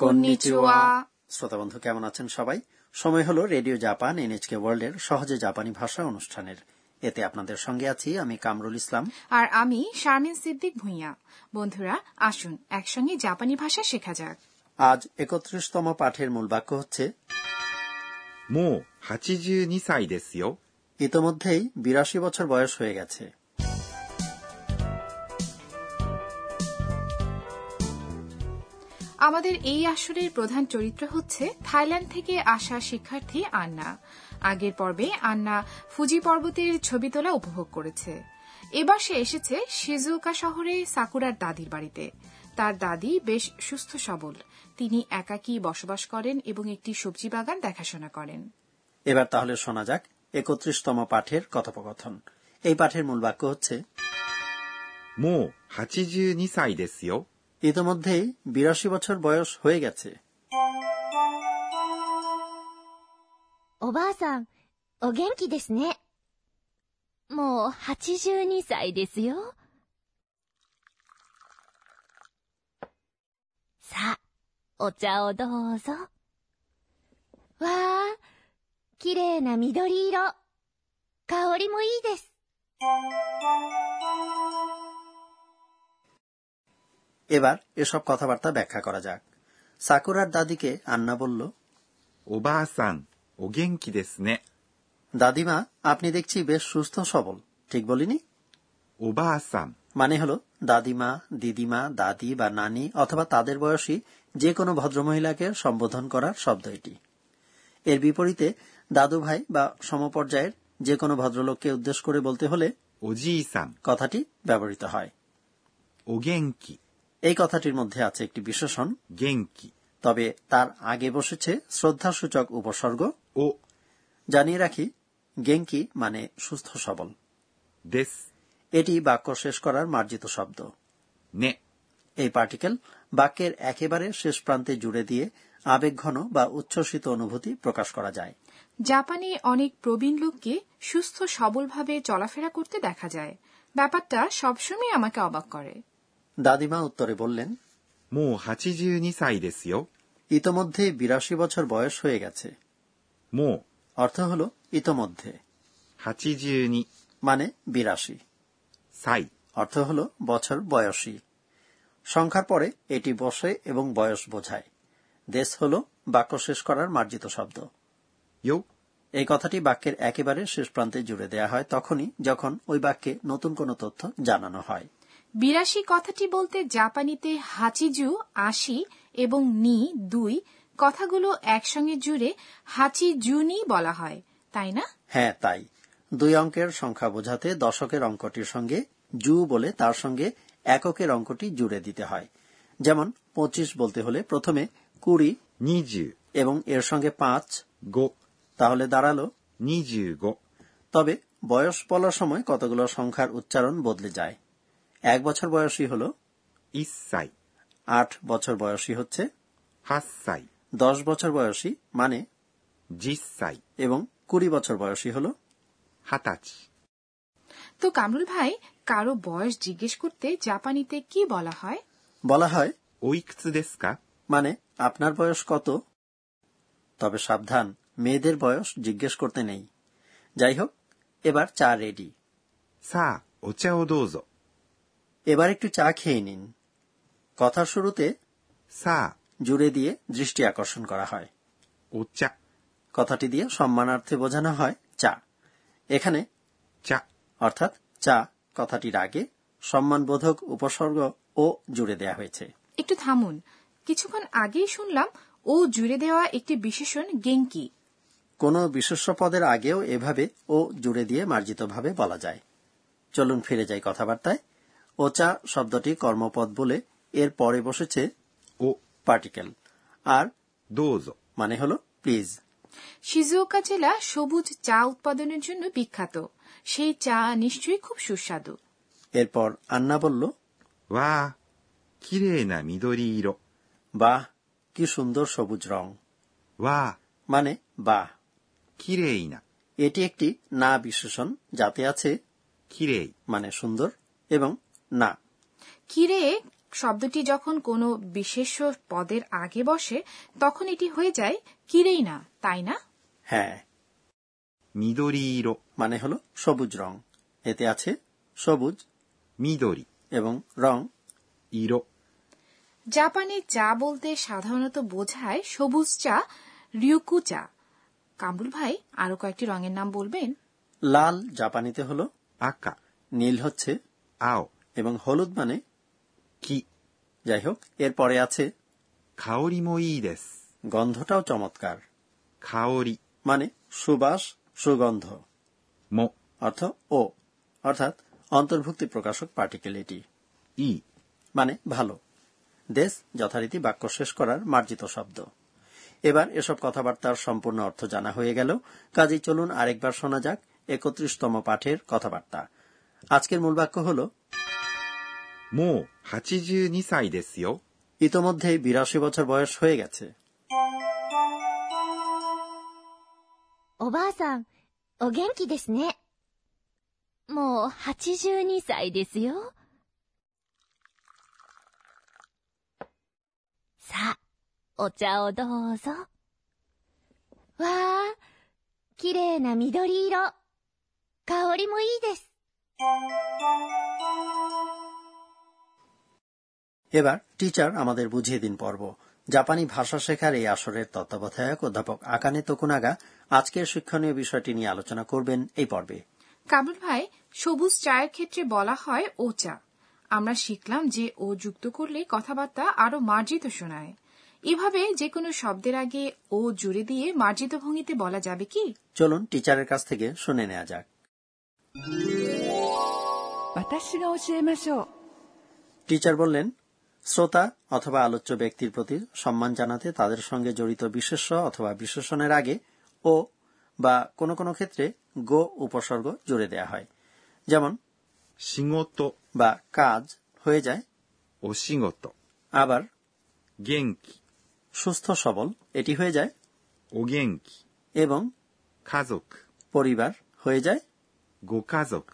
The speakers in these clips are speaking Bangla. কন্নিচুয়া। শ্রোতা বন্ধু কেমন আছেন সবাই সময় হলো রেডিও জাপান এনএচকে ওয়ার্ল্ডের সহজে জাপানি ভাষা অনুষ্ঠানের এতে আপনাদের সঙ্গে আছি আমি কামরুল ইসলাম আর আমি শারমিন সিদ্দিক ভুঁইয়া বন্ধুরা আসুন একসঙ্গে জাপানি ভাষা শেখা যাক আজ একত্রিশতম পাঠের মূল বাক্য হচ্ছে もう82歳ですよ。 ইতোমধ্যেই বিরাশি বছর বয়স হয়ে গেছে আমাদের এই আসরের প্রধান চরিত্র হচ্ছে থাইল্যান্ড থেকে আসা শিক্ষার্থী আন্না আগের পর্বে আন্না ফুজি পর্বতের ছবি তোলা উপভোগ করেছে এবার সে এসেছে শিজুকা শহরে সাকুরার দাদির বাড়িতে তার দাদি বেশ সুস্থ সবল তিনি একাকী বসবাস করেন এবং একটি সবজি বাগান দেখাশোনা করেন এবার তাহলে শোনা যাক একত্রিশতম পাঠের কথোপকথন এই পাঠের মূল বাক্য হচ্ছে もう82歳ですよ。 ইতোমধ্যেই বিরাশি বছর বয়স হয়ে গেছে おばあさん、お元気ですね。もう82歳ですよ。さあ、お茶をどうぞ。わあ、綺麗な緑色。香りもいいです。 এবার এসব কথাবার্তা ব্যাখ্যা করা যাক সাকুরার দাদিকে আন্না বলল おばあさん、お元気ですね。 দাদিমা আপনি দেখছি বেশ সুস্থ সবল ঠিক বলিনি おばあさん、 মানে হলো দাদিমা দিদিমা দাদি বা নানি অথবা তাদের বয়সী যে কোনো ভদ্রমহিলাকে সম্বোধন করার শব্দ এটি এর বিপরীতে দাদু ভাই বা সমপর্যায়ের যে কোনো ভদ্রলোককে উদ্দেশ্য করে বলতে হলে おじいさん、 কথাটি ব্যবহৃত হয় お元気、 এই কথাটির মধ্যে আছে একটি বিশেষণ 元気、 তবে তার আগে বসেছে শ্রদ্ধাসূচক উপসর্গ お、 জানিয়ে রাখি গেঙ্কি মানে সুস্থ সবল です、 এটি বাক্য শেষ করার মার্জিত শব্দ ね、 এই পার্টিকেল বাক্যের একেবারে শেষ প্রান্তে জুড়ে দিয়ে আবেগঘন বা উচ্ছ্বসিত অনুভূতি প্রকাশ করা যায় জাপানে অনেক প্রবীণ লোককে সুস্থ সবলভাবে চলাফেরা করতে দেখা যায় ব্যাপারটা সবসময় আমাকে অবাক করে দাদিমা উত্তরে বললেন もう82歳ですよ。 ইতোমধ্যে বিরাশি বছর বয়স হয়ে গেছে も অর্থ হল ইতোমধ্যে う82 মানে বিরাশি 歳、 অর্থ হল বছর বয়সী সংখ্যার পরে এটি বসে এবং বয়স বোঝায় দেশ হল বাক্য শেষ করার মার্জিত শব্দ よ、 এই কথাটি বাক্যের একেবারে শেষ প্রান্তে জুড়ে দেয়া হয় তখনই যখন ওই বাক্যে নতুন কোনো তথ্য জানানো হয় বিরাশি কথাটি বলতে জাপানিতে হাচিজু আশি এবং নি দুই কথাগুলো একসঙ্গে জুড়ে হাচিজুনি বলা হয় তাই না হ্যাঁ তাই দুই অঙ্কের সংখ্যা বোঝাতে দশকের অঙ্কটির সঙ্গে জু বলে তার সঙ্গে এককের অঙ্কটি জুড়ে দিতে হয় যেমন পঁচিশ বলতে হলে প্রথমে কুড়ি 25、 এবং এর সঙ্গে পাঁচ তাহলে দাঁড়ালো 25、 তবে বয়স বলার সময় কতগুলো সংখ্যার উচ্চারণ বদলে যায় এক বছর বয়সী হল 1歳、 আট বছর বয়সী হচ্ছে 8歳、 দশ বছর বয়সী মানে 10歳、 এবং কুড়ি বছর বয়সী হল 20歳。 তো কামরুল ভাই কারো বয়স জিজ্ঞেস করতে জাপানিতে কি বলা হয় বলা হয় おいくつですか মানে আপনার বয়স কত তবে সাবধান মেয়েদের বয়স জিজ্ঞেস করতে নেই যাই হোক এবার চা রেডি さあ、お茶をどうぞ。 এবার একটু চা খেয়ে নিন কথার শুরুতে さあ、 জুড়ে দিয়ে দৃষ্টি আকর্ষণ করা হয় お茶、 কথাটি দিয়ে সম্মানার্থে বোঝানো হয় চা এখানে 茶、 অর্থাৎ চা কথাটির আগে সম্মানবোধক উপসর্গ ও জুড়ে দেয়া হয়েছে একটু থামুন কিছুক্ষণ আগেই শুনলাম ও জুড়ে দেওয়া একটি বিশেষণ গেঙ্কি কোনো বিশেষ্য পদের আগেও এভাবে ও জুড়ে দিয়ে মার্জিতভাবে বলা যায় চলুন ফিরে যাই কথাবার্তায় ওচা শব্দটি কর্মপদ বলে এর পরে বসেছে お、 পার্টিকেল আর どうぞ。 মানে হলো প্লিজ শিজুওকা জেলা সবুজ চা উৎপাদনের জন্য বিখ্যাত সেই চা নিশ্চয়ই খুব সুস্বাদু এরপর আন্না বলল わあ、綺麗な緑色。 বাহ কি সুন্দর সবুজ রং わあ、 মানে বাহ 綺麗な、 এটি একটি না বিশেষণ যাতে আছে 綺麗、 মানে সুন্দর এবং না কিরে শব্দটি যখন কোনো বিশেষ্য পদের আগে বসে তখন এটি হয়ে যায় কিরেই না তাই না হ্যাঁ 緑色、 মানে হলো সবুজ রং এতে আছে সবুজ 緑、 এবং রং 色、 জাপানে চা বলতে সাধারণত বোঝায় সবুজ চা রিউকু চা কামরুল ভাই আরো কয়েকটি রঙের নাম বলবেন লাল জাপানিতে হলো 赤、 নীল হচ্ছে 青、 এবং হলুদ মানে 木。 যাই হোক এরপরে আছে 香りもいいです。 গন্ধটাও চমৎকার 香り মানে সুবাস সুগন্ধ も অর্থ ও অর্থাৎ অন্তর্ভুক্তি প্রকাশক পার্টিকেল এটি いい。 মানে ভালো দেশ যথারীতি বাক্য শেষ করার মার্জিত শব্দ এবার এসব কথাবার্তার সম্পূর্ণ অর্থ জানা হয়ে গেল কাজেই চলুন আরেকবার শোনা যাক একত্রিশতম পাঠের কথাবার্তা আজকের মূল বাক্য হল もう82歳ですよ。 ইতোমধ্যেই বিরাশি বছর বয়স হয়ে গেছে おばあさん、お元気ですね。もう82歳ですよ。さあ、お茶をどうぞ。わあ、綺麗な緑色。香りもいいです。 এবার টিচার আমাদের বুঝিয়ে দিন পর্ব জাপানি ভাষা শেখার এই আসরের তত্ত্বাবধায়ক অধ্যাপক আকানে তকুনাগা আজকের শিক্ষণীয় বিষয়টি নিয়ে আলোচনা করবেন এই পর্বে কামরুল ভাই সবুজ চায়ের ক্ষেত্রে বলা হয় ও চা আমরা শিখলাম যে ও যুক্ত করলে কথাবার্তা আরো মার্জিত শোনায় এভাবে যে কোনো শব্দের আগে ও জুড়ে দিয়ে মার্জিত ভঙ্গিতে বলা যাবে কি চলুন টিচারের কাছ থেকে শুনে নেওয়া যাক 私が教えましょう টিচার বললেন শ্রোতা অথবা আলোচ্য ব্যক্তির প্রতি সম্মান জানাতে তাদের সঙ্গে জড়িত বিশেষ্য অথবা বিশেষণের আগে ও বা কোনো কোনো ক্ষেত্রে গো উপসর্গ জুড়ে দেয়া হয় যেমন 仕事、 বা কাজ হয়ে যায় お仕事、 আবার 元気、 সুস্থ সবল এটি হয়ে যায় お元気、 এবং 家族、 পরিবার হয়ে যায় ご家族、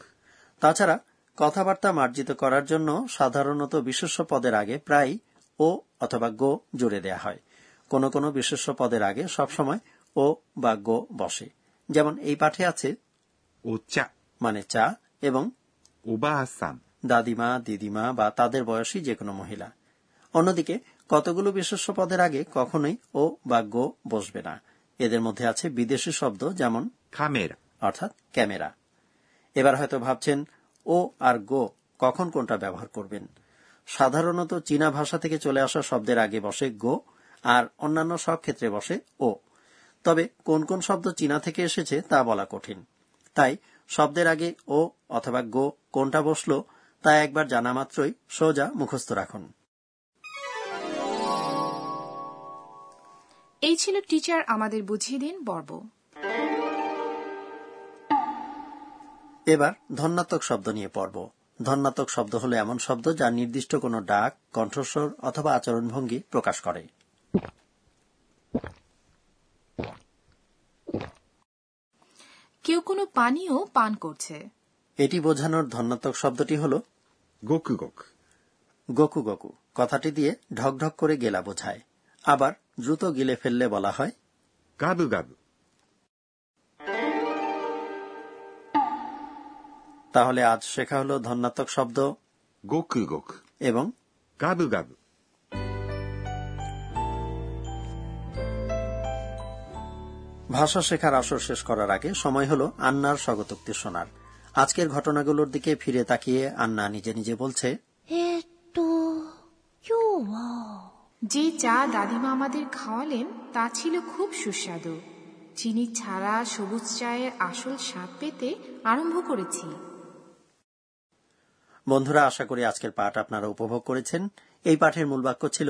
তাছাড়া কথাবার্তা মার্জিত করার জন্য সাধারণত বিশেষ্য পদের আগে প্রায় ও অথবা গো জুড়ে দেয়া হয় কোনো কোনো বিশেষ্য পদের আগে সবসময় ও বা গো বসে যেমন এই পাঠে আছে お茶、 মানে চা এবং おばあさん、 দাদিমা দিদিমা বা তাদের বয়সী যে কোনো মহিলা অন্যদিকে কতগুলো বিশেষ্য পদের আগে কখনোই ও বা গো বসবে না এদের মধ্যে আছে বিদেশি শব্দ যেমন カメラ、 অর্থাৎ ক্যামেরা এবার হয়তো ভাবছেন ও আর গো কখন কোনটা ব্যবহার করবেন সাধারণত চীনা ভাষা থেকে চলে আসা শব্দের আগে বসে গো আর অন্যান্য সব ক্ষেত্রে বসে ও তবে কোন কোন শব্দ চীনা থেকে এসেছে তা বলা কঠিন তাই শব্দের আগে ও অথবা গো কোনটা বসলো তা একবার জানা মাত্রই সোজা মুখস্থ রাখুন এই ছিল টিচার আমাদের বুঝিয়ে দিন পর্ব এবার ধন্যাত্মক শব্দ নিয়ে পড়ব ধন্যাত্মক শব্দ হলো এমন শব্দ যা নির্দিষ্ট কোনো ডাক কণ্ঠস্বর অথবা আচরণভঙ্গি প্রকাশ করে কেউ কোনো পানীয় পান করছে এটি বোঝানোর ধন্যাত্মক শব্দটি হল ごくごく、 গোকু গোকু কথাটি দিয়ে ঢকঢক করে গেলা বোঝায় আবার দ্রুত গিলে ফেললে বলা হয় ガブガブ、 তাহলে আজ শেখা হলো ধন্যাত্মক শব্দ ごくごく、 এবং ガブガブ。 ভাষা শেখার আসর শেষ করার আগে সময় হলো আন্নার স্বগতোক্তি শোনার আজকের ঘটনাগুলোর দিকে ফিরে তাকিয়ে আন্না নিজে নিজে বলছে えーっと、今日は、 যে চা দাদিমা আমাদের খাওয়ালেন তা ছিল খুব সুস্বাদু চিনি ছাড়া সবুজ চায়ের আসল স্বাদ পেতে আরম্ভ করেছি বন্ধুরা আশা করি আজকের পাঠ আপনারা উপভোগ করেছেন এই পাঠের মূল বাক্য ছিল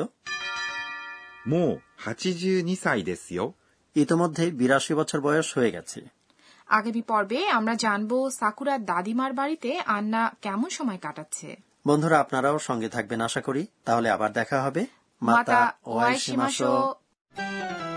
もう82歳ですよ。 ইতোমধ্যে বিরাশি বছর বয়স হয়ে গেছে আগামী পর্বে আমরা জানব সাকুরার দাদিমার বাড়িতে আন্না কেমন সময় কাটাচ্ছে বন্ধুরা আপনারাও সঙ্গে থাকবেন আশা করি তাহলে আবার দেখা হবে またお会いしましょう。